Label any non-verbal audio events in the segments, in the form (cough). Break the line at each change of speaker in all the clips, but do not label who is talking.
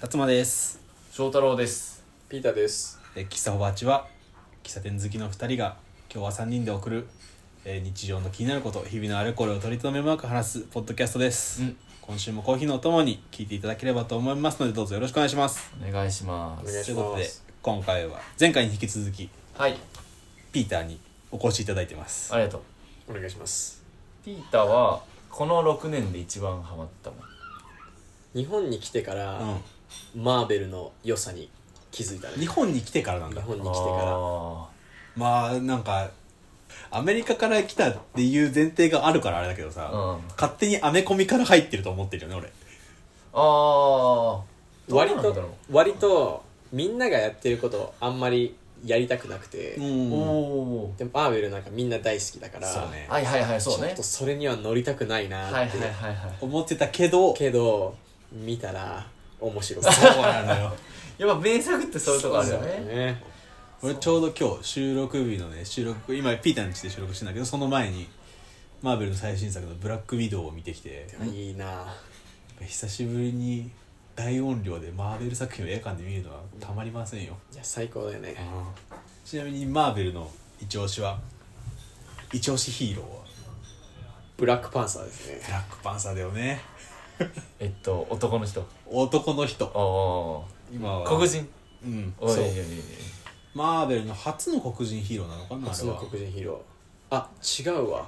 辰馬です
翔太郎です
ピーターです。
えー喫茶ホバーチは喫茶店好きの2人が今日は3人で送る、えー日常の気になること日々のあれこれを取り留めもなく話すポッドキャストです、
うん
今週もコーヒーのお供に聞いていただければと思いますのでどうぞよろしくお願いします
お願いしま
お願い
と
し
いう
ます
ことで今回は前回に引き続き
はい
ピーターにお越しいただいてます
ありがとう
お願いします。
ピーターはこの6年で一番ハマったもん
日本に来てか
う
ら、
ん
マーベルの良さに気づいたね。
日本に来てからなん
日
だ
本に来てか
あ
まあなんかアメリカから来たっていう前提があるからあれだけどさ、
ーうん
勝手にアメコミから入ってると思ってるよね俺
あー
ら、割
どうなんだろう
と、割と、みんながやってることあんまりやりたくなくて、
お
ん
お
でもマーベルなんかみんな大好きだから、
そうね
はいはいはい
ちょ
そう
っ
ね
とそれには乗りたくないな
はい
ーっ
は
て。
いはいはい
思ってたけど
けど、見たら、面白い。
そうなのよ
やっぱ名作 (laughs) ってそういうとこあるよね
ね。
俺ちょうど今日収録日のね収録今ピーターの家で収録してんだけどその前にマーベルの最新作の「ブラックウィドウ」を見てきて
いいな
久しぶりに大音量でマーベル作品を映画館で見るのはたまりませんよ
いや、最高だよね。
ちなみにマーベルの一押しは一押しヒーローは
ブラックパンサーですね
ブ。ラックパンサーだよね
えっと男の人
男の人
おお
今は
黒人
うん
おい
そう
いやいやいや
マーベルの初の黒人ヒーローなのかなあ
そ
れ
の
はフ
黒人ヒーロー。あ、違うわ。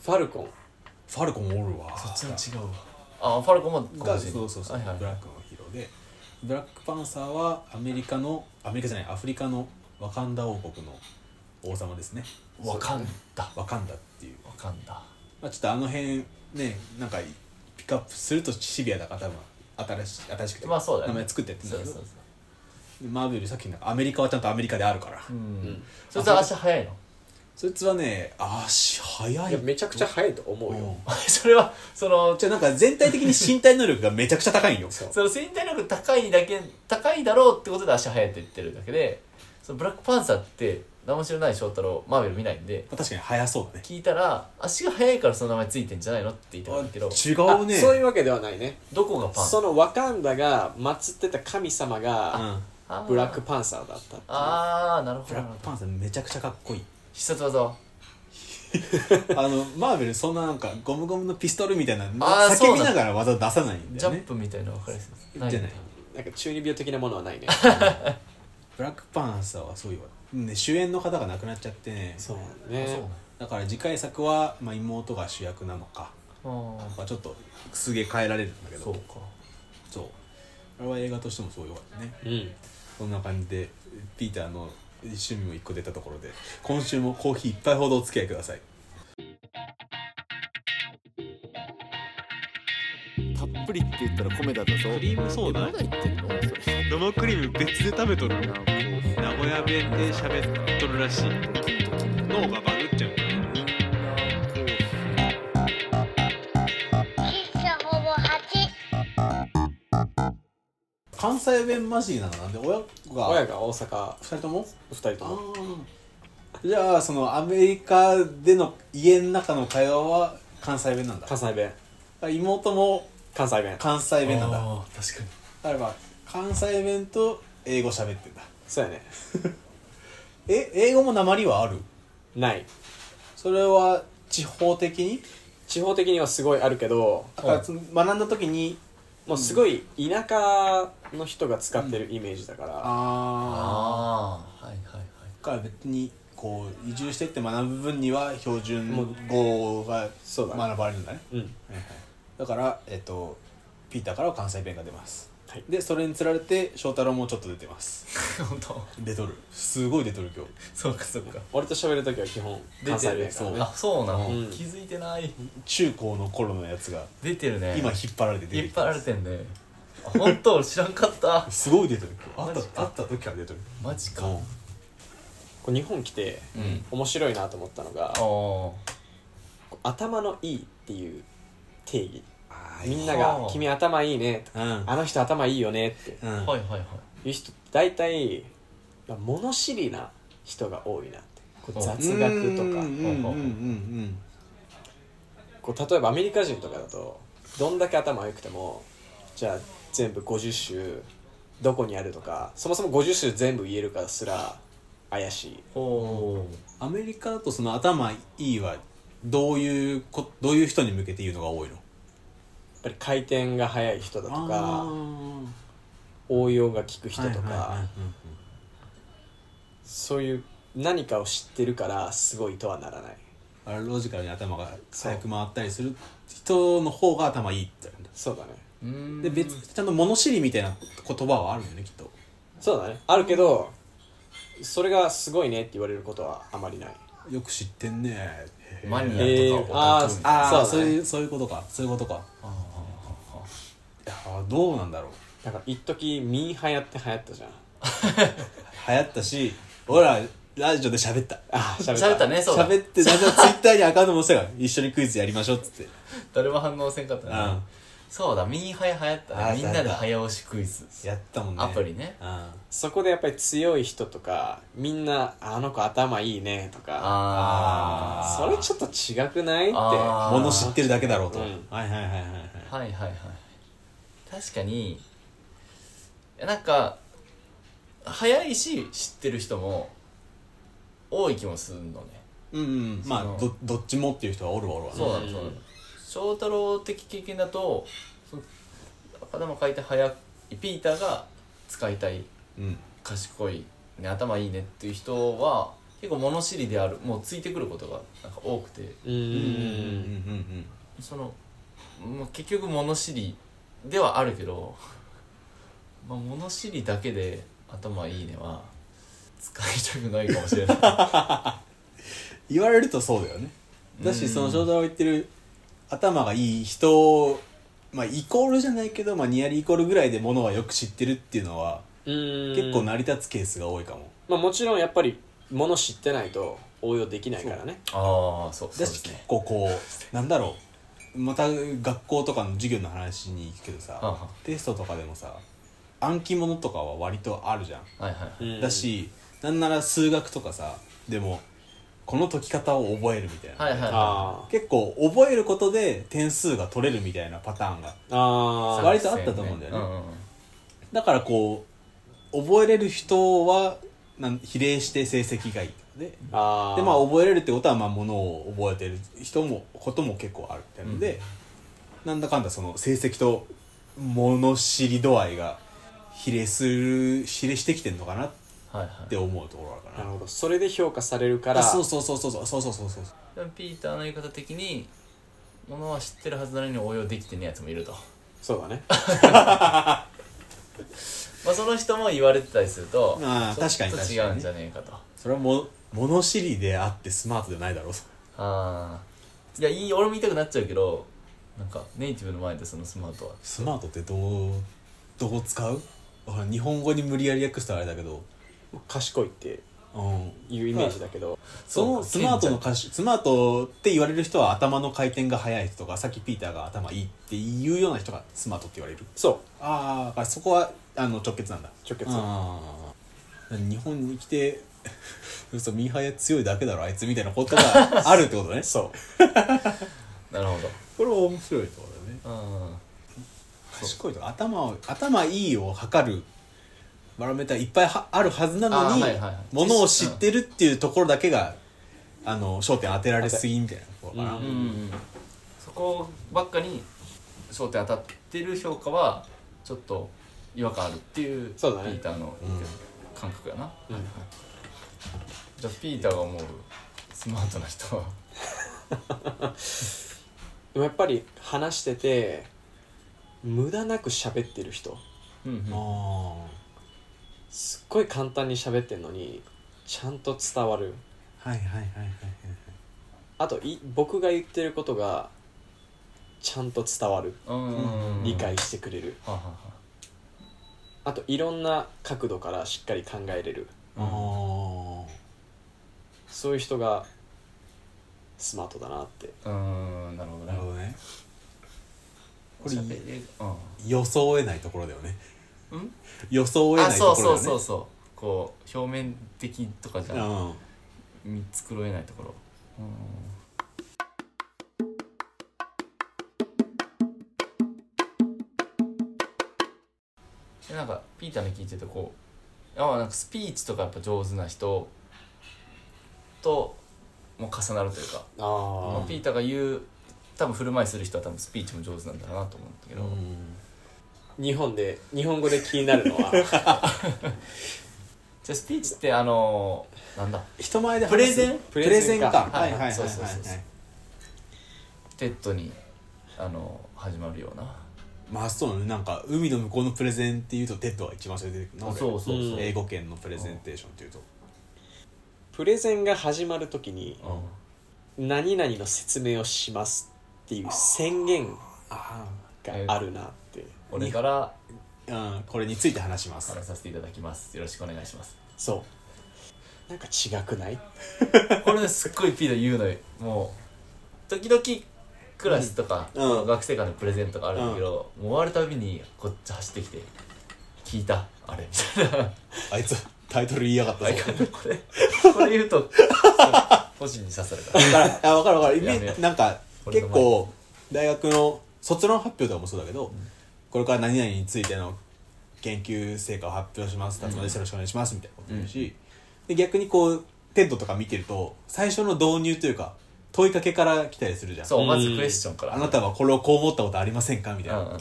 ファルコン。
ァルコンおるわ
そっちの違うわあファルコンも黒
が
人
そうそうそう、
はいはい
ブラックのヒーローでブラックパンサーはアメリカのアメリカじゃないアフリカのワカンダ王国の王様ですね
わかんだ
ワカンダっていう、
わかんだ
まあ、ちょっとあの辺ねなんかピックアップするとシビアだから多分新し新しくて、
まあそうだよ
名
ね
前作ってやってんだ
そう
け
そう
ど
そう
でマーベルさっきなんかアメリカはちゃんとアメリカであるから、
うんそれと足早いの
そいつはね足速
い
い
や、めちゃくちゃ速いと思
う
うよ。
ん
(laughs) それはその
じゃあなんか全体的に身体能力がめちゃくちゃ高いんよ
そう
その身体能力高いだけ高いだろうってことで足速いって言ってるだけでそのブラックパンサーって何も知らない翔太郎マーベル見ないんで
まあ確かに速そうだね
聞いたら足が速いからその名前ついてんじゃないのって言ってたんだけど
違うね
あそういうわけではないね
どこがパン
そのワカンダが祀ってた神様が
うん
あー
ブラックパンサーだったっていう
あーなるほ
ブ
どな
ラッ
るほ
ク
ど
パンサーめちゃくちゃかっこいい
必殺技は
あのマーベルそんななんかゴムゴムのピストルみたいな
(laughs) あーそ
叫
うな
び
んだ
ながら技出さないんだ
ジ
よ
ャン
ね
プみたいなの分かりやす
じ
い
ゃない
なんか中二病的なものはないね
ブラックパンサーはそういうわ、ね、主演の方が亡くなっちゃってね
そう
あ
ね
そう
だから次回作は、まあ、妹が主役なのか、
なんだあ
まあ、ちょっとすげえ変えられるんだけ
ー
ど
そうか
そうあれは映画としてもすごいよかったね
うん
そんな感じでピーターの趣味も一個出たところで今週もコーヒー一杯ほどお付き合いください
たっぷりって言ったら米だったぞクリームソーダまだ言ってんのそれ
生クリーム別で食べとる名古屋弁で喋っとるらしい脳がバグっちゃう
喫茶ほぼ8。
関西弁マジなのなんで親
親
が
が大阪
二人とも
二人とも
じゃあそのアメリカでの家の中の会話は関西弁なんだ
関西弁
妹も
関西弁
関西弁なんだ
あー確か
だ
に
から関西弁と英語喋ってんだ
そうやね
え英語も鉛はある
ない
それは地方的に
地方的にはすごいあるけど
だからその学んだ時に
もうすごい田舎の人が使ってるイメージだから、
あ
ああはいはいはい (laughs)
あから別にこう移住してって学ぶ分には標準語が
そうだね
学ばれるんだね
うん
だから、えっと、ピーターからは関西弁が出ます、
はい
でそれにつられて翔太郎もちょっと出てます
本当
出とるすごい出とる今日
そうかそうか
俺と喋るときは基本
出
関
て
西
る
弁からね
あそうなの、
うん
気づいてない
中高の頃のやつが
出てるね
今引っ張られて出て
引
き
った張られてんねあ本当知らんか
(laughs)
った
すごい出とる今日
マ
会
ジ
った
か
会った時から出とる
マジか
うん
こう日本来て
うん
面白いなと思ったのが、
あー
こう頭のいいっていう定義
あー
みんな
あ
が
ー
「君頭いいね」とか「あの人頭いいよね」って
うん、うん
はいはいはい
いう人大体まあ物知りな人が多いなってこう
あ
雑学
うんうん
と
うんうんうん
かこう例えばアメリカ人とかだとどんだけ頭良くてもじゃあ全部50種どこにあるとかそもそも50種全部言えるかすら怪しい
おお
アメリカだとその頭いいはどういうこどういう人に向けて言うのが多いの
やっぱり回転が速い人だと
あ
か
ー
応用が利く人
は
とか、
いはいはい
そういう何かを知ってるからすごいとはならない
うんうんあれロジカルに頭が早く回ったりする人の方が頭いいって言うんだ
そうだね
うーん
で別ちゃんと物知りみたいな言葉はあるよねきっと
そうだねあるけどそれがすごいねって言われることはあまりない
よく知ってんねへー
マニアとか
えー
オタクみたいな
あー
ああ
そ
そうう,、
だね
いうそういうことかそういうことかああどうなんだろう
だから一時ミーハヤって流行ったじゃん
流行ったし俺らラジオで喋った
ああ (laughs) 喋
喋ったねそうだ
喋ってだんだんツイッターにアカウントもしたから一緒にクイズやりましょうっつって
誰も反応せんかったな、
うん
そうだミーハイ流行った
あ
ね
ー
みんなで早押しクイズ
やったもんね
アプリね
うんあ
そこでやっぱり強い人とかみんな「あの子頭いいね」とか
ああ
それちょっと違くないって
あー
物知ってるだけだろうと、
うん
はいはいはいはいはい
はいはいはい確かにいやなんか早いし知ってる人も多い気もするのね
うんうんまあ
その
どどっちもっていう人はおるわおるわね
そうなのそうなの翔太郎的経験だとその頭回転早いピーターが使いたい
うん
賢い、ね、頭いいねっていう人は結構物知りであるもうついてくることがなんか多くて
う
うんうんうん
ん
そのもう結局物知りではあるけど、 (laughs) まあ、物知りだけで頭いいねは使いたくないかもし
(laughs)
れない
言われるとそうだよねだし、
うん
その翔太郎が言ってる頭がいい人まあイコールじゃないけど、まあ、ニアリイコールぐらいでものはよく知ってるっていうのは
うん
結構成り立つケースが多いかも、
まあもちろんやっぱりもの知ってないと応用できないからね
ああそうそうで
だし
す
結
ね
構こうなんだろうまた学校とかの授業の話に行くけど
はあ
さ
は
テストとかでもさ暗記物とかは割とあるじゃん、
あはいはい
うん
だしなんなら数学とかさでもこの解き方を覚えるみたいな、
はいはいはい
あ
結構覚えることで点数が取れるみたいなパターンが
ーあー
割とあったと思うんだよね
んん
だからこう覚えれる人はなん比例して成績がいいとかで
あー
でまあ覚えれるってことはまあものを覚えてる人もことも結構あるってので、なんだかんだその成績と物知り度合いが比例する比例してきてんのかなっ
うんはいはい
て思うところあるか
なる
な。
ほどそれで評価されるから
あそうそうそうそうそうそうそうそうそう
でもピーターの言い方的にものは知ってるはずなのに応用できてねえやつもいると
そうだね
まあその人も言われてたりすると
あー
ちょっと
確かに
違うんじゃねえかと
それはも物知りであってスマートじゃないだろう
ああいやいい俺も言いたくなっちゃうけどなんかネイティブの前でそのスマートは
スマートってどうどう使うほら日本語に無理やり訳したらあれだけど、
賢いって
うん、
いうイメージだけど
そのス
そう
マートの歌手スマートって言われる人は頭の回転が速い人とかさっきピーターが頭いいっていうような人がスマートって言われる
そ
ああだからそこはあの直結なんだ
直結
あー日本に来て嘘ミーハヤ強いだけだろあいつみたいなことがあるってことねそう
なるほ
これは面白いところだね
どうん
賢いとか頭を頭いいを測るバロメーターいっぱいはあるはずなのに
あーはいはいはい
ものを知ってるっていうところだけが、あの焦点当てられすぎみたいなところかな、
う
うんうんそこばっかに焦点当たってる評価はちょっと違和感あるっていう
そうだね
ピーターの
ん
感覚やな、
うん
はいはいじゃあピーターが思うスマートな人は
うでもやっぱり話してて無駄なく喋ってる人
うんうん
あ
すっごい簡単に喋ってんのにちゃんと伝わる
あはいはいはいはいはい
あとい僕が言ってることがちゃんと伝わる
うん
理解してくれる、
はあはあは
あといろんな角度からしっかり考えれる
あー
そういう人がスマートだなって
あうんなるほど
なるほ
ね
どねこ
喋
れ
れうん
予想えないところだよね
ん
予想え
あ
ないと
そう
ころだよ
そ
ね
うそうそうこう表面的とかじゃ
うん
見繕えないところうんでなんかピーターに聞いててこうあなんかスピーチとかやっぱ上手な人とも重なるというか、まあ
あ
ピーターが言う多分振る舞いする人は多分スピーチも上手なんだなと思うんだけど、
あ日本で日本語で気になるの
(laughs)
は
じゃあスピーチってあのなんだ
人前で話す
プレゼン
プレゼンか
プレゼンか
はいはいはいはい
そうそうそう
はい
テッドにあの始まるような
まあそうだねなんか海の向こうのプレゼンっていうとテッドは一番最初に出てくるな俺
そうそうそう
英語圏のプレゼンテーションっていうと
プレゼンが始まるときに
うん
何々の説明をしますっていう宣言
あ
があるなって
俺から
あこれについて話します
話させていただきますよろしくお願いします
そうなんか違くない
これねすっごいピーター言うのよもう時々クラスとか、
うんうん
学生からのプレゼントがあるんだけど、もう終わるたびにこっち走ってきて「聞いたあれ」みたいな
あいつタイトル言いやがった
毎
ぞ
回これこれ言うとそう個人に刺さるから
あ分かる分かるイメ
やめよう
なんか
俺
結
の前
構大学の卒論発表とかもそうだけど、これから何々についての研究成果を発表します達馬ですよろしくお願いしますみたいなこと言うし、で逆にこうテッドとか見てると最初の導入というか問いかけから来たりするじゃん
そうまず
うん
クエスチョンから
あなたはこれをこう思ったことありませんかみたいな、
うんうん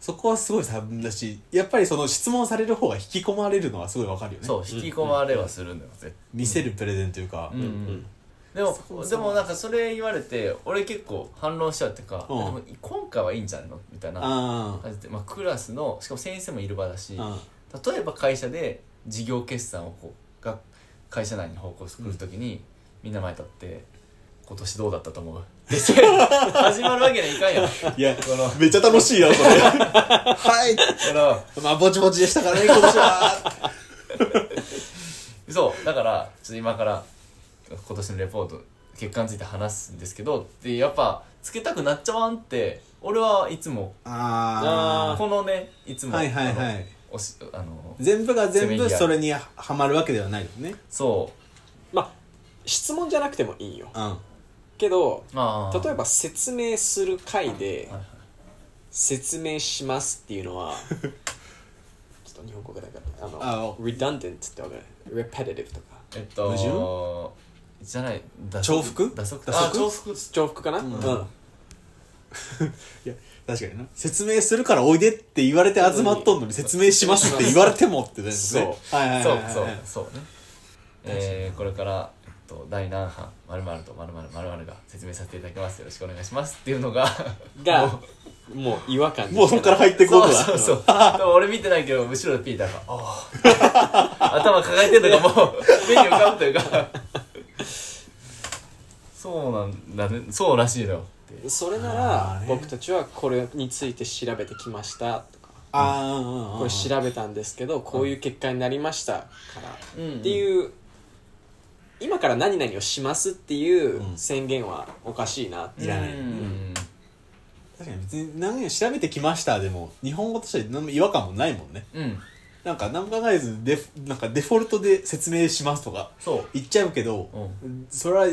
そこはすごい差分だしやっぱりその質問される方が引き込まれるのはすごいわかるよね
そう引き込まれはするんだよ絶
見せるプレゼンというか、
対うんうんでもでもなんかそれ言われて俺結構反論しちゃうっていうか、
うん
でも今回はいいんじゃないのみたいな
あ
感じで、まあ、クラスのしかも先生もいる場だし、
ああ
例えば会社で事業決算をこうが会社内に報告するときに、みんな前立って「今年どうだった
(laughs)
と思う?」って始まるわけにはいかんよ
いや
この
めっちゃ楽しい (laughs) なそれはい
この
まあぼちぼちでしたからね今年は
そうだからちょっと今から今年のレポート結果について話すんですけどってやっぱつけたくなっちゃわんって俺はいつも
あ
このねいつ
あ
も
はいはいは
あの
い
おしあの
全部が全
セミ
部
リア
それにははまるわけではないよね
そ
まあ質問じゃなくてもいいよ
うん
けど
うまあ
例えば説明する回で
はいはい
説明しますっていうの
(laughs)
はちょっと日本語がだからあの
あ
redundant ってわかる repetitive とか
えっと
矛
じゃない打
重複
打足
打足
あ重複
重複かなうん、
いや確かにな説明するからおいでって言われて集まっとんのに説明しますって言われてもってね
そう
はいはい
そ
は
う
い
そう
はい
そうねえー、これから、えっと、第何版まるとまるまるが説明させていただきますよろしくお願いしますっていうのが
がもう違和感
もうそこから入っていこうと
そう
だ
そうそう。でも俺見てないけど、後ろでピーターが、ああ。頭抱えてんのがもう、目に浮かぶというか。そうなんだね。そうらしいのよ。
それな
あー
ら
ね
僕たちはこれについて調べてきましたとか
ああうんうんうん
これ調べたんですけどこういう結果になりましたから
うん
っていう今から何々をしますっていう
うん
宣言はおかしいなって
いらない
うん。
確かに別に何々調べてきましたでも日本語として何も違和感もないもんね
うん。
なんか何も考えずデフなんかデフォルトで説明しますとか
そう。
言っちゃうけど、
う
それはい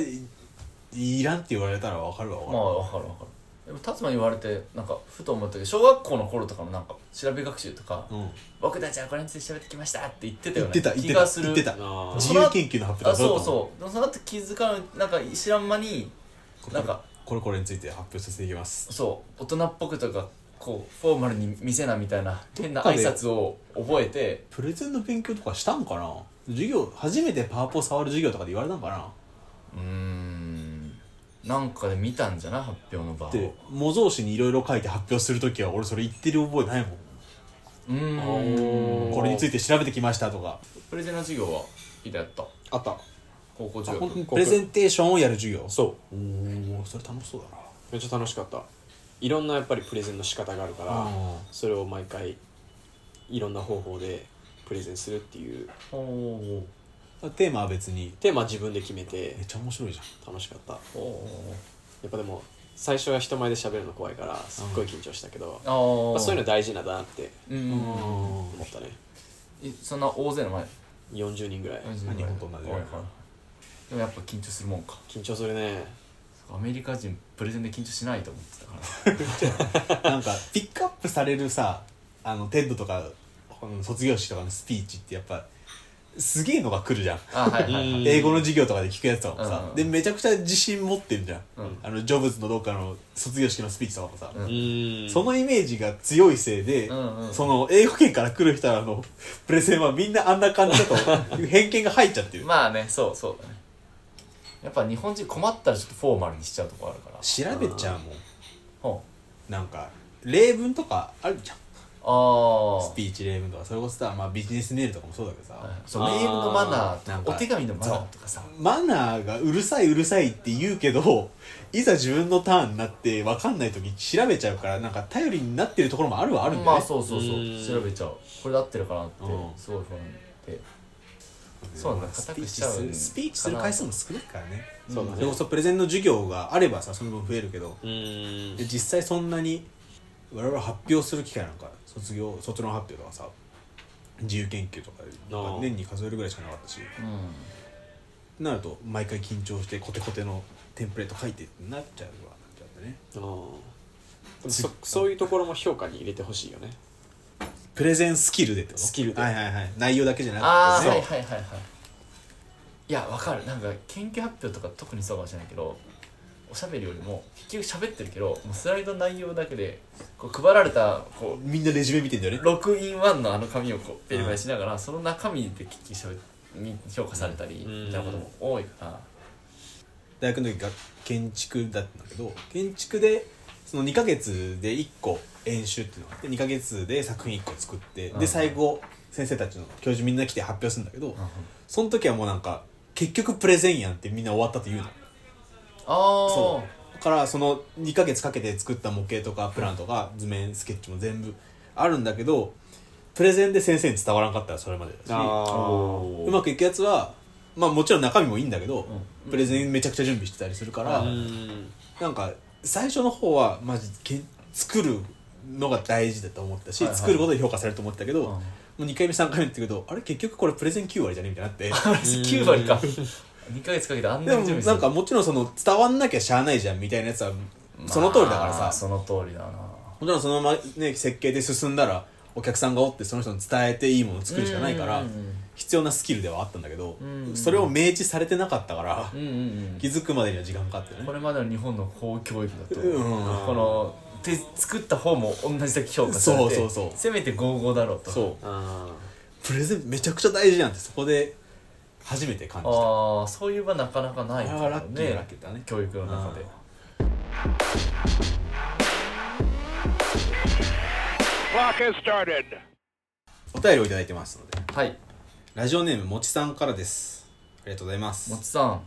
いらんって言われたら分かるわ分
まあ、わかるわかる。でも、達馬に言われて、なんか、ふと思ったけど、小学校の頃とかのなんか、調べ学習とか、
かる、うん、
僕たちはこれについて調べてきましたって言ってたよ
言って
ね。
た言って
気
た
がす
言
る。
ってた
あー
自由研究の発表と
あ、
か
そ
だ
う
と思
そう。でも、その後気づかん、なんか、知らん間に、なんか、
これこれについて発表させていきます
そう大人っぽくとかこうフォーマルに見せなみたいな変な挨拶を覚えて
プレゼンの勉強とかしたんかな授業初めてパワポ触る授業とかで言われたんかな
うーんなんかで見たんじゃない発表の場を
って模造紙にいろいろ書いて発表するときは俺それ言ってる覚えないもん
うーん
これについて調べてきましたとか
プレゼンの授業はピーターやった
あった
高校
あ
中
本
学
当にプレゼンテーションをやる授業
そ
おおそれ楽しそうだな
うめっちゃ楽しかったいろんなやっぱりプレゼンの仕方があるから
あ
それを毎回いろんな方法でプレゼンするっていう
おー
ーテーマは別に
テーマは自分で決めて
めっちゃ面白いじゃん
楽しかったや
おー
っぱでも最初は人前で喋るの怖いからすっごい緊張したけど、
あ
ま
ー
あ、そういうの大事なんだなって
うん
思ったね
えそんな大勢の前
40人ぐらい
日本と同じぐらい
はいはいでもやっぱ緊張するもんか
緊張するね
アメリカ人プレゼンで緊張しないと
(laughs)
思ってたから
なんかピックアップされるさあのテッドとかこの卒業式とかのスピーチってやっぱすげえのが来るじゃん
あはいはいはい
英語の授業とかで聞くやつとかもさ、
うんうん
でめちゃくちゃ自信持ってるじゃん、
うん
あのジョブズのどっかの卒業式のスピーチとかもさ、
うん
うん
そのイメージが強いせいで、
うんうん
その英語圏から来る人らのプレゼンはみんなあんな感じだと偏見が入っちゃってる
まあねそうそうだねやっぱ日本人困ったらちょっとフォーマルにしちゃうとこあるから
調べちゃうもん
ほ
なんか例文とかあるじゃん
うああ
スピーチ例文とかそれこそさ、まあ、ビジネスメールとかもそうだけどさ、
はいそうメールのマナーと
な
か
んか
お手紙のマナーとかさ
マナーがうるさいうるさいって言うけどいざ自分のターンになって分かんない時調べちゃうからなんか頼りになってるところもあるはあるんだよね、
まあそうそうそう
うん
調べちゃうこれで合ってるかなって
うん
すごい不安でそうなんだ
ス
固
ピー
く
チ
しちゃ
す
う
るスピーチする回数も少ないからね
そうだね
それこそプレゼンの授業があればさその分増えるけど
うん
で実際そんなに我々発表する機会なんか卒業卒論発表とかさ自由研究とかなんか年に数えるぐらいしかなかったし
うん
なると毎回緊張してコテコテのテンプレート書いてってなっちゃうわなっちゃうんだね
でもそそういうところも評価に入れてほしいよね
プレゼンスキルでってこと
スキルで
はいはいはい内容だけじゃなく
ああ
て
はい
ね
はいはいはいいやわかるなんか研究発表とか特にそうかもしれないけどおしゃべりよりも結局喋ってるけどもうスライドの内容だけでこう配られたこ
みんなレジュメ見てんだよ
う
ね
6イン1のあの紙をこうペリペリしながら、その中身で結局しゃべに評価されたり
うん
みたいなことも多いから、
大学の時が建築だったんだけど建築でその2ヶ月で1個演習っていうのがあって2ヶ月で作品1個作って、
うん
で最後先生たちの教授みんな来て発表するんだけど、
あ
その時はもうなんか結局プレゼンやんってみんな終わったって言うの
あ
そ
そう
だからその2ヶ月かけて作った模型とかプランとか図面スケッチも全部あるんだけどプレゼンで先生に伝わらなかったらそれまでだし
あ
うまくいくやつは、まあ、もちろん中身もいいんだけど、
うん
プレゼンめちゃくちゃ準備してたりするから、
う
あ
ん
なんか最初の方はマジけ作るのが大事だと思ったし、
はいはい
作ることで評価されると思ってたけど、
うん
もう2回目3回目って言うけどあれ結局これプレゼン9割じゃねみたいにな
(laughs)
って。
9割か2ヶ月かけてあん
で
な
も
に準備
なんかもちろんその伝わんなきゃしゃあないじゃんみたいなやつはその通りだからさ、
まあその通りだな
もちろんそのままね設計で進んだらお客さんがおってその人に伝えていいものを作るしかないから
うんうん
必要なスキルではあったんだけど
うんうん
それを明示されてなかったから
うんうんうん
気づくまでには時間かかって
こ
ね
れまでの日本の法教育だと、
うん
この手作った方も同じだけ評価されて
そうそうそう
せめて合々だろうと
そう
あ
プレゼンめちゃくちゃ大事なんてそこで初めて感じた
ああそういう場なかなかない
あれはラッキーなラッキーだね
教育の中で
お便りをいただいてますので
はい
ラジオネームもちさんからですありがとうございま
も
す
ちさん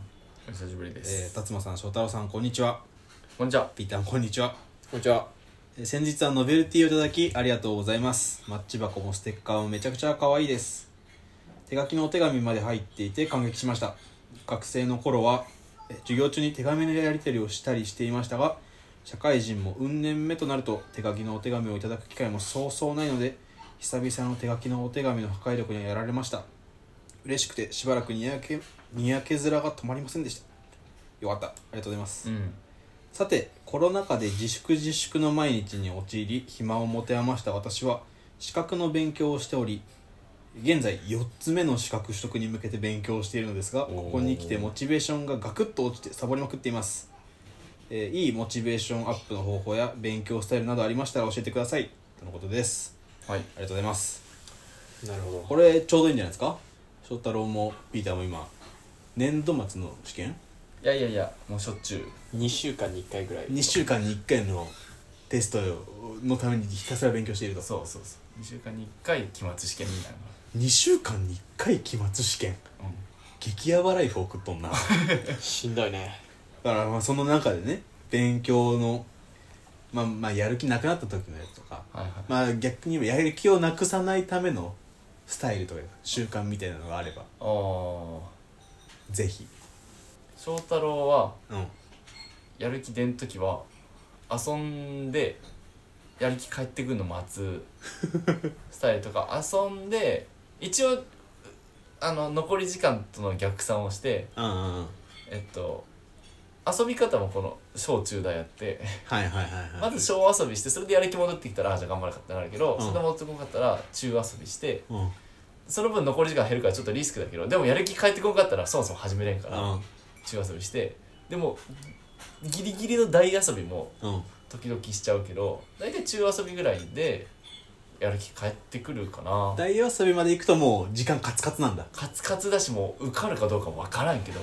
お久しぶりで
えー
す、
辰馬さん翔太郎さんこんにちは
こんにちは
ピーターこんにちは
こんにちは
えー先日はノベルティをいただきありがとうございますマッチ箱もステッカーもめちゃくちゃ可愛いです手書きのお手紙まで入っていて感激しました学生の頃はえー授業中に手紙のやり取りをしたりしていましたが社会人も運年目となると手書きのお手紙をいただく機会もそうそうないので久々の手書きのお手紙の破壊力にはやられました嬉しくてしばらくにやけにやけ面が止まりませんでしたよかったありがとうございます
うん
さてコロナ禍で自粛自粛の毎日に陥り暇を持て余した私は資格の勉強をしており現在4つ目の資格取得に向けて勉強をしているのですがここに来てモチベーションがガクッと落ちてサボりまくっています、えーいいモチベーションアップの方法や勉強スタイルなどありましたら教えてくださいとのことです
は
あ
い
りがとうございます
なるほど
これちょうどいいんじゃないですか翔太郎もピーターも今年度末の試験
いやいやいやもうしょっちゅう
2週間に1回ぐらい
2週間に1回のテストのためにひたすら勉強していると
そうそうそう2週間に1回期末試験みたいな
2週間に1回期末試験、激ヤバライフ送っ (laughs) とんなだ
しんどいね
からまあその中でね勉強の、まあ、まあやる気なくなった時のやつとか、
はいはい
まあ逆に言えばやる気をなくさないためのスタイルとか習慣みたいなのがあれば
ああ
ぜひ
翔太郎は
うん
やる気出ん時は遊んでやる気返ってくるの
(laughs)
待つスタイルとか遊んで一応あの残り時間との逆算をして
うんうんうん
えっと遊び方もこの小中大やって
はいはいはいはい
まず小遊びしてそれでやる気戻ってきたらあーじゃあ頑張らなかったなるけど、
うん
それで戻ってこなかったら中遊びして
うんうん
その分残り時間減るからちょっとリスクだけどでもやる気返ってこなかったらそもそも始めれんから、中遊びしてでもギリギリの大遊びも
うん
時々しちゃうけど大体中遊びぐらいでやる気返ってくるかな
大遊びまで行くともう時間カツカツなんだ
カツカツだしもう受かるかどうかも分からんけど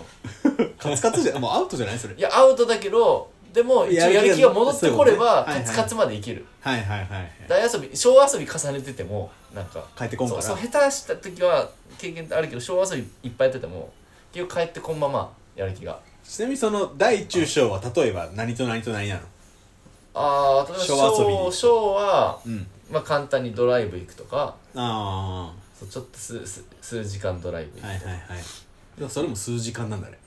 カツカツじゃもうアウトじゃないそれ
いやアウトだけどでも一応やる気が戻ってこれば
やる気がそういう
カ
ことね
ツカツまでいける
はいはいはいはい
大遊び小遊び重ねててもなんか
帰ってこんか
そう
ら
そう下手した時は経験ってあるけど小遊びいっぱいやってても結局帰ってこんままやる気が
ちなみにその大中小は例えば何と何と何なの
ああ例えば
小遊び
小小は、
うん
まあ、簡単にドライブ行くとか
あ
そうちょっと数数数時間ドライブ行
あ
く、
はいはいはいでもそれも数時間なんだね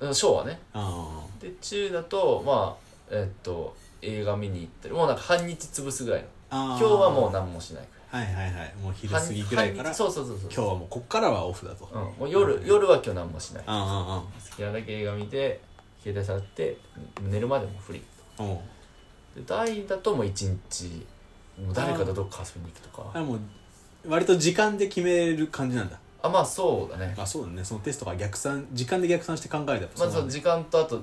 うん小はね
あ
で中だとまあえっと映画見に行ったりもうなんか半日潰すぐらいの
あ
今日はもう何もしないから
うはいはいはいもう昼過ぎくらいか
半
ら今
日そうそうそうそう
日はもうこっからはオフだと
うん、もう夜夜は今日何もしない好
あ
きなだけ映画見て携帯触って寝るまでもフリー
あああうん
で大だともう一日もう誰かとどっか遊びに行くと
あ
か
れもう割と時間で決める感じなんだ
あまあそうだね
あそうだねそのテストが逆算時間で逆算して考えたと
まずその時間とあと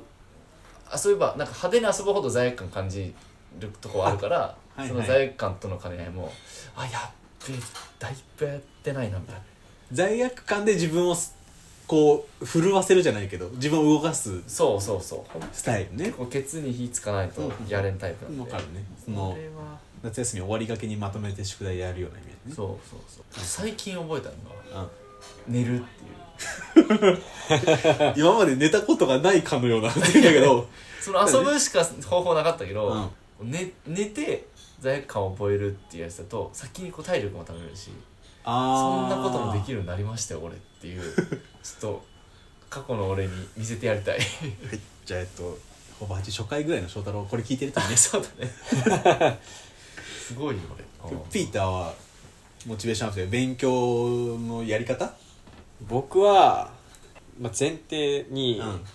遊べばなんか派手に遊ぶほど罪悪感感じるとこはあるから、
あはい
その罪悪感との兼ね合いもあやっべだいぶやってないなみたいな
罪悪感で自分をすこう震わせるじゃないけど自分を動かす
そうそうそう
スタイルね
結構ケツに火つかないとやれんタイプなんで、
わかるねそ
それ
の
は
夏休み終わりがけにまとめて宿題やるようなイメージね
そうそうそう最近覚えたのが
うん
寝るっていう
今まで寝たことがないかのよう (laughs) なだけど
その遊ぶしか方法なかったけ
う
ど
ん、
寝寝て罪悪感を覚えるっていうやつだと先にこう体力も食べるしそんなこともでき
る
るようになりましたよ俺って
(laughs)
いうちょっと過去の俺に見せてやりたい (laughs)
じゃあえっとほぼ8初回ぐらいの翔太郎これ聞いてるとね
そうだねすごいよ俺
ピーターはモチベーションアップで勉強のやり方
僕は、まあ、前提に、
うん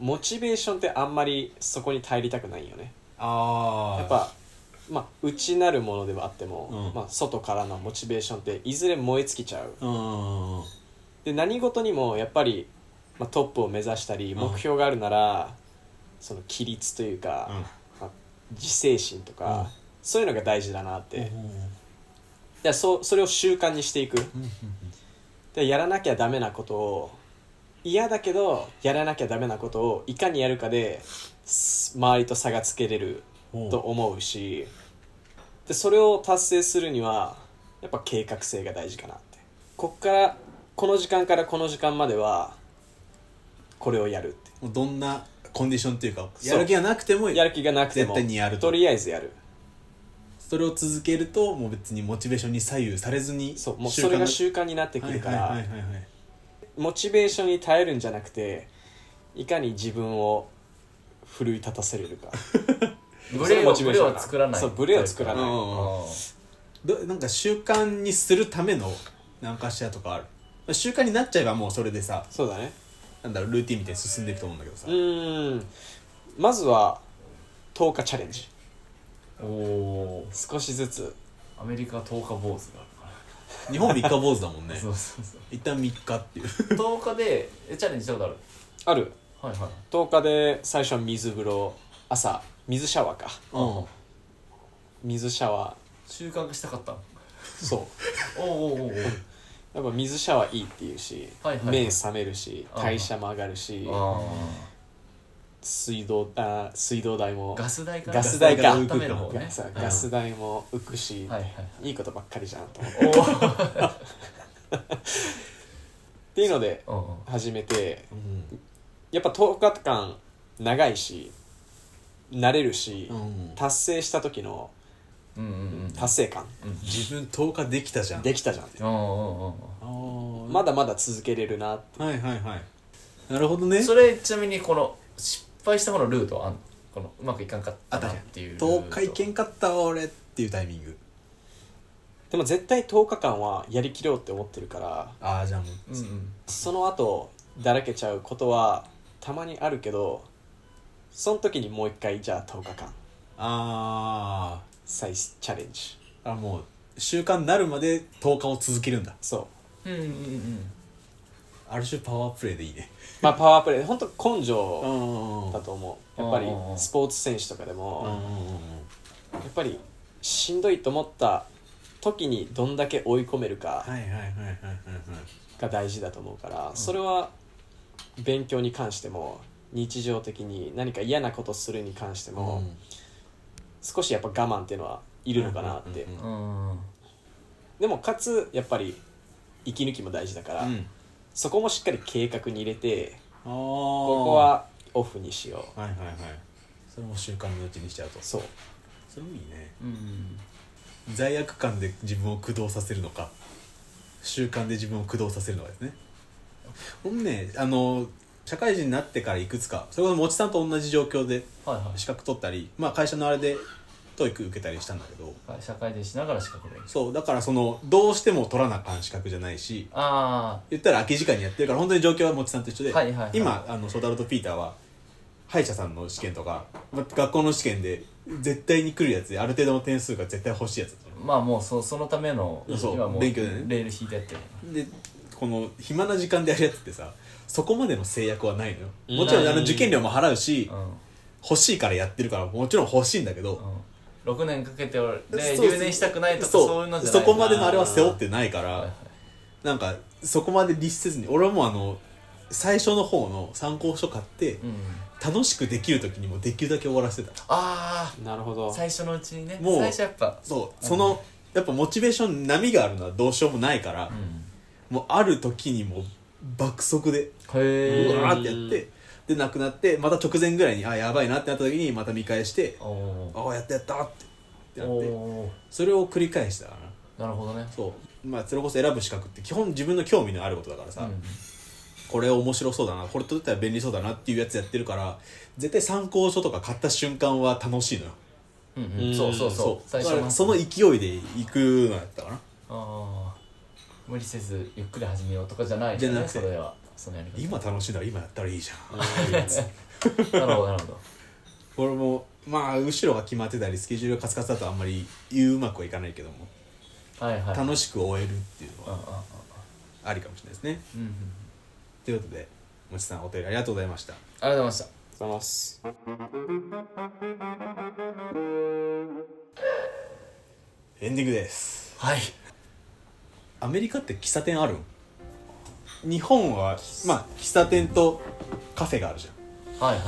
モチベーションってあんまりそこに頼りたくないよね
あ
やっぱ、まあ、内なるものではあっても、
うん
まあ、外からのモチベーションっていずれ燃え尽きちゃう
うんうん
で何事にもやっぱり、まあ、トップを目指したり目標があるなら、その規律というか、まあ自制心とか、
うん
そういうのが大事だなって、
うん
でそそれを習慣にしていく
うん
でやらなきゃダメなことを嫌だけどやらなきゃダメなことをいかにやるかです周りと差がつけれる
うんうん
と思うしでそれを達成するにはやっぱ計画性が大事かなってこっからこの時間からこの時間まではこれをやるって
もうどんなコンディションっていうか
そう
やる気がなくても
やる気がなくても
絶対にやると
とりあえずやる
それを続けるともう別にモチベーションに左右されずに
そうもうそれが習慣になって
慣
く
が
るから、
はいはいはいはいはい
モチベーションに耐えるんじゃなくていかに自分を奮い立たせれるか
ブ
それ
レを
モチベ
ブ
ーシ
レ
ョン
を作らない
そうブレを作らない
うん
どなんか習慣にするための何かしらとかあるまあ習慣になっちゃえばもうそれでさ
そうだね
なんだろうルーティンみたいに進んでいくと思うんだけどさ
うーんまずは10日チャレンジ
おおー
少しずつ
アメリカ10日坊主があるから
日本三日坊主だ (laughs) もんね
そうそうそう
一旦三日っていう
10日でえチャレンジしたことある
ある
はいはい
10日で最初は水風呂朝水シャワーか
うん
水シャワ
習慣化したかった
ーそ
(laughs)
う
おおおーおー
やっぱ水シャワーいいっていうし、
はいはいはい
目覚めるし
あー
代謝も上がるし
おー
水道あー水道代も
ガス代か
ガス代か
ガス代温める方ね
ガスガス代も浮くし、、
はいはい
いことばっかりじゃんと思って
いおー
っていうので
うんうん
始めて
うん
やっぱ10日間長いし慣れるし、
うん
達成した時の
うんうんうん
達成感
自分10日できたじゃん
できたじゃんって
うんうんうん
あー
まだまだ続けれるなって
はいはいはいなるほど
う
ね
んそれちなみにこの失敗した方のルートはあんのこのうまくいかんかったなっていうルート
10日いけんかったわ俺っていうタイミング
でも絶対10日間はやりきろうって思ってるから
ああじゃあもう
うんうん
その後だらけちゃうことはたまにあるけどその時にもう一回じゃあ10日間
あ
再チャレンジ
ーあもう習慣になるまで10日を続けるんだ
そう
うんうんうん
ある種パワープレイでいいね
まあパワープレイ本当根性
ん
だと思うやっぱり
うん
スポーツ選手とかで
うんうん
も
うん
やっぱりしんどいと思った時にどんだけ追い込めるか
はいはいはいはいはいはい
が大事だと思うからそれは勉強に関しても日常的に何か嫌なことするに関しても少しやっぱ我慢っていうのはいるのかなって
うんうん
うん
でもかつやっぱり息抜きも大事だから
うん
そこもしっかり計画に入れて
あー
ここはオフにしよう
はいはいはいそれも習慣のうちにしちゃうと
そう
それもいいね
うん
罪悪感で自分を駆動させるのか習慣で自分を駆動させるのかですね僕ねあの社会人になってからいくつかそれこそもちさんと同じ状況で
はいは
資格取ったり、まあ、会社のあれで TOEIC 受けたりしたんだけど
い社会でしながら資格勉強
そうだからそのどうしても取らなあかん資格じゃないし
あ
言ったら空き時間にやってるから本当に状況はもちさんと一緒で、
はいはいはい
今あのソダルとピーターは歯医者さんの試験とかま学校の試験で絶対に来るやつである程度の点数が絶対欲しいやつ
あまあもうそそのための
そう
今もうレ
勉強でね
ール引いてやってる
でこの暇な時間でやるやつってさそこまでの制約はないのよ
うん
もちろんあの受験料も払うし
うん
欲しいからやってるからもちろん欲しいんだけど
うん6年かけて俺で
そう
留年したくないとか
そう
そういうのじゃない
そこまでのあれは背負ってないか
はいは
ら
い
なんかそこまで律せずに俺はもうあの最初の方の参考書買って
うん
楽しくできる時にもできるだけ終わらせてた
あ
なるほ
あ
ど
最初のうちにね
もう
最初やっぱ
そうそのやっぱモチベーション波があるのはどうしようもないから
う、ん
もうある時にもう爆速で
へえ
うわーってやってでなくなってまた直前ぐらいにあやばいなってなった時にまた見返して
おお
ああやったやったってってなって
おー
それを繰り返したかな
なるほどね
そうまあそれこそ選ぶ資格って基本自分の興味のあることだからさ、
うん
これ面白そうだなこれ取ったら便利そうだなっていうやつやってるから絶対参考書とか買った瞬間は楽しいのよ
うんうんそうそうそう
だ
最
か
初
ら
の
その勢いで行くのやったかな
ああ無理せずゆっくり始めようとかじゃない
じゃなくて
それはそのやり方
今楽しいなら今やったらいいじゃん (laughs)
なるほどなるほど
俺もまあ後ろが決まってたりスケジュールがカツカツだとあんまりうまくはいかないけども
はいはい
楽しく終えるっていうの
うん
は
うんうん
ありかもしれないですね
うんうん
ということでもちさんお便りありがとうございました
ありがとうございました
ざいます
エンディングです
はい
アメリカって喫茶店あるん日本はまあ喫茶店とカフェがあるじゃ
はいは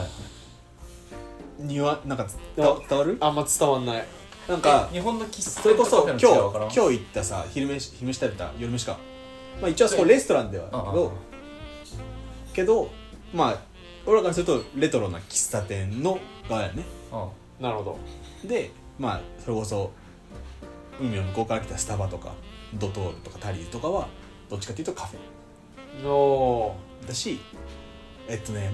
い
ん庭なんか伝わ伝わる
あんま伝わんない
なんか
日本の喫茶
それこそ今日今
今
日行ったさ昼飯昼飯食べた夜飯かまあ一応あそこレストランではあるけ
うんうん
どけどまあ俺らからするとレトロな喫茶店の側やね
う
なるほど
でまあそれこそ海の向こうから来たスタバとかドトールとかタリーズとかはどっちかっていうとカフェ
お
だしえっとねん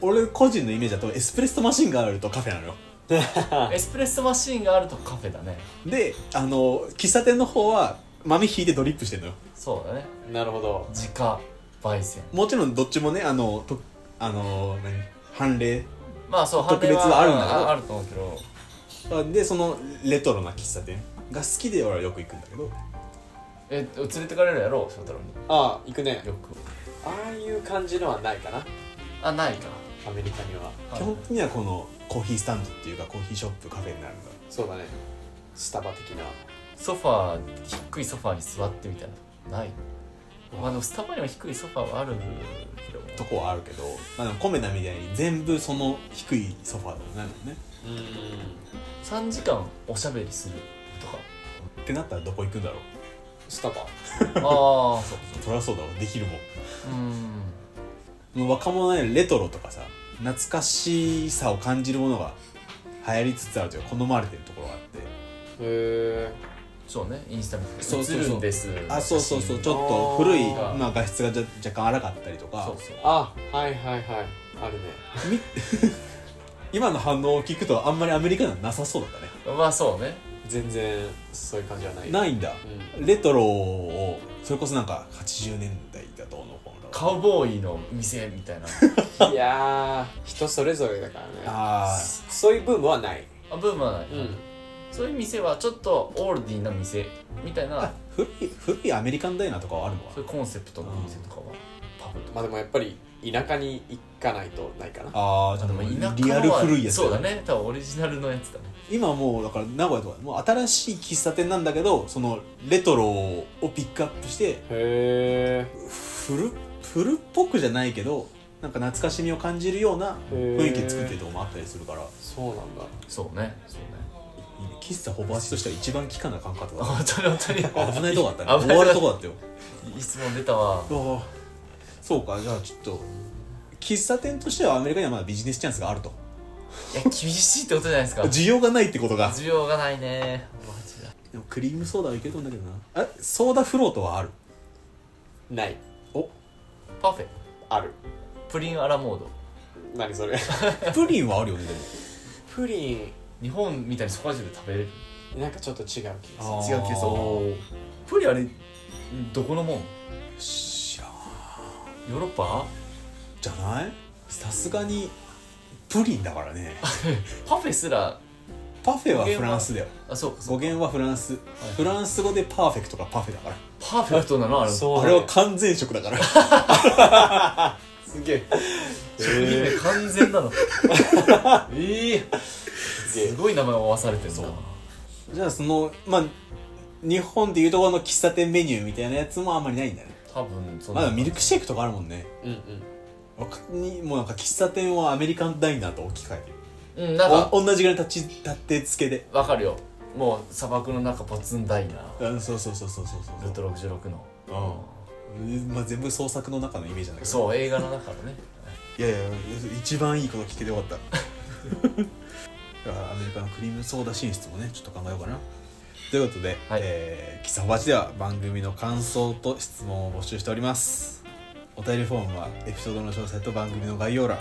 俺個人のイメージだとエスプレッソマシンがあるとカフェなのよ
んエスプレッソマシーンがあるとカフェだね
であの喫茶店の方は豆引いてドリップしてるのよ
そうだね
ーなるほど
自家焙煎
もちろんどっちもねあのとあの何判例
まあそう
特別はあるんだけど
ああると思うけど
でそのレトロな喫茶店が好きで俺はよく行くんだけど
え連れてかれるやろ翔太郎に
ああ行くね
よく
ああいう感じのはないかな
あないか
アメリカには
はい
基本的にはこのコーヒースタンドっていうかコーヒーショップカフェになるんだ
そうだねスタバ的な
ソファー低いソファーに座ってみたいなないまあでもスタバには低いソファーはあるけど
とこはあるけど、まあ、でもコメダみたいに全部その低いソファーでもないのね
うん
3時間おしゃべりするとか
ってなったらどこ行くんだろう
スタバ
ああそう
そりゃそうだわできるもん
うん
もう若者やレトロとかさ懐かしさを感じるものが流行りつつあるというか好まれてるところがあって
へえ
そうねインスタみたい
そうそうそう
映るんです
あそうそうそうち
写真
ょっと古い、
あー
まあ、画質がじゃ若干荒かったりとか
そうそう
あはいはいはいあるね
み今の反応を聞くとあんまりアメリカではなさそうだったね
まあそうね
全然そういう感じはない、
ないいんだ
う
レトロをそれこそなんか80年代だとのこの
カウボーイの店みたいな
んいやー人それぞれだからね
あー
そういうブームはない、
あブームはない、
うん、
そういう店はちょっとオールディーな店みたいな
古い古いアメリカンダイナーとかはあるのか
そういうコンセプトの店とかはパブとか
まあでもやっぱり田舎に行かないとないかな
ああ
あ
ちょ
で
っと
も田舎
リアル
のは
古いやつ
そうだね多分オリジナルのやつだね
今もうだから名古屋とかもう新しい喫茶店なんだけどそのレトロをピックアップして
へ
古古っぽくじゃないけどなんか懐かしみを感じるような雰囲気作ってるとこもあったりするからい
ーそうなんだ
そうねそうね
いね喫茶ほぼ足としては一番期間な感覚 (laughs)
あ
だ
本当に本当
危
に
ないとこだったね
危
終
ない
わるとこだったよ
いい質問出たわ
ああそうかじゃあちょっと喫茶店としてはアメリカにはまだビジネスチャンスがあると
いや厳しいってことじゃないですか
需要がないってことが
需要がないねマジだ
でもクリームソーダはいけると思うんだけどなえソーダフロートはある
ない
パフェ
ある
プリンアラモード
(laughs)
何それ
プリンはあるよねでも
プリン
日本みたいにそば汁食べれる
なんかちょっと違う気がする
あー
違うけどプリンあれどこのもん
知らん
ヨーロッパ
じゃないさすがにプリンだからね
パフェすら
パフェはフランスだよ
あそうかそ
語
うか
源はフランス
い
フランス語でパーフェクトがパフェだから
パーフェクトなのあれ
そう
あれは完全食だから
すげえ
プリンね完全なのええ
げえ
すごい名前を合わされてるんだ
じゃあそのまあ日本でいうところの喫茶店メニューみたいなやつもあんまりないんだね
多分そん
ま
な
だミルクシェイクとかあるもんね
うんうん
わかにもうなんか喫茶店はアメリカンダイナーと置き換えてる
うんなんか
お同じぐらいの立ち立て付けで
わかるよもう砂漠の中ポツンダイナー
うんそうそうそうそうそう
ル
そ
ー
う
ト66の
うんまあ、全部創作の中のイメージなんだけど
そう映画の中のね
いやいや一番いいこと聞けてよ
(laughs)
かっただからアメリカのクリームソーダ進出もねちょっと考えようかなということで「
はい
えー、キサホバチ」では番組の感想と質問を募集しておりますお便りフォームはエピソードの詳細と番組の概要欄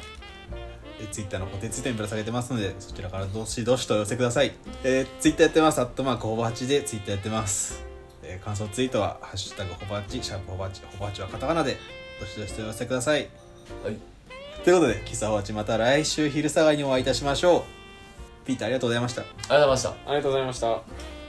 えー Twitter の固定ツイートにぶら下げてますのでそちらからどしどしとお寄せください、えー、Twitter やってます「アットマークほぼ8」で Twitter やってます、えー感想ツイートは「ハッシュタグほぼ8」「シャープほぼ8」「ほぼ8」はカタカナでどしどしとお寄せくださいということで、キサホワチまた来週昼下がりにお会いいたしましょう。ピーターありがとうございました。
ありがとうございました
ありがとうございました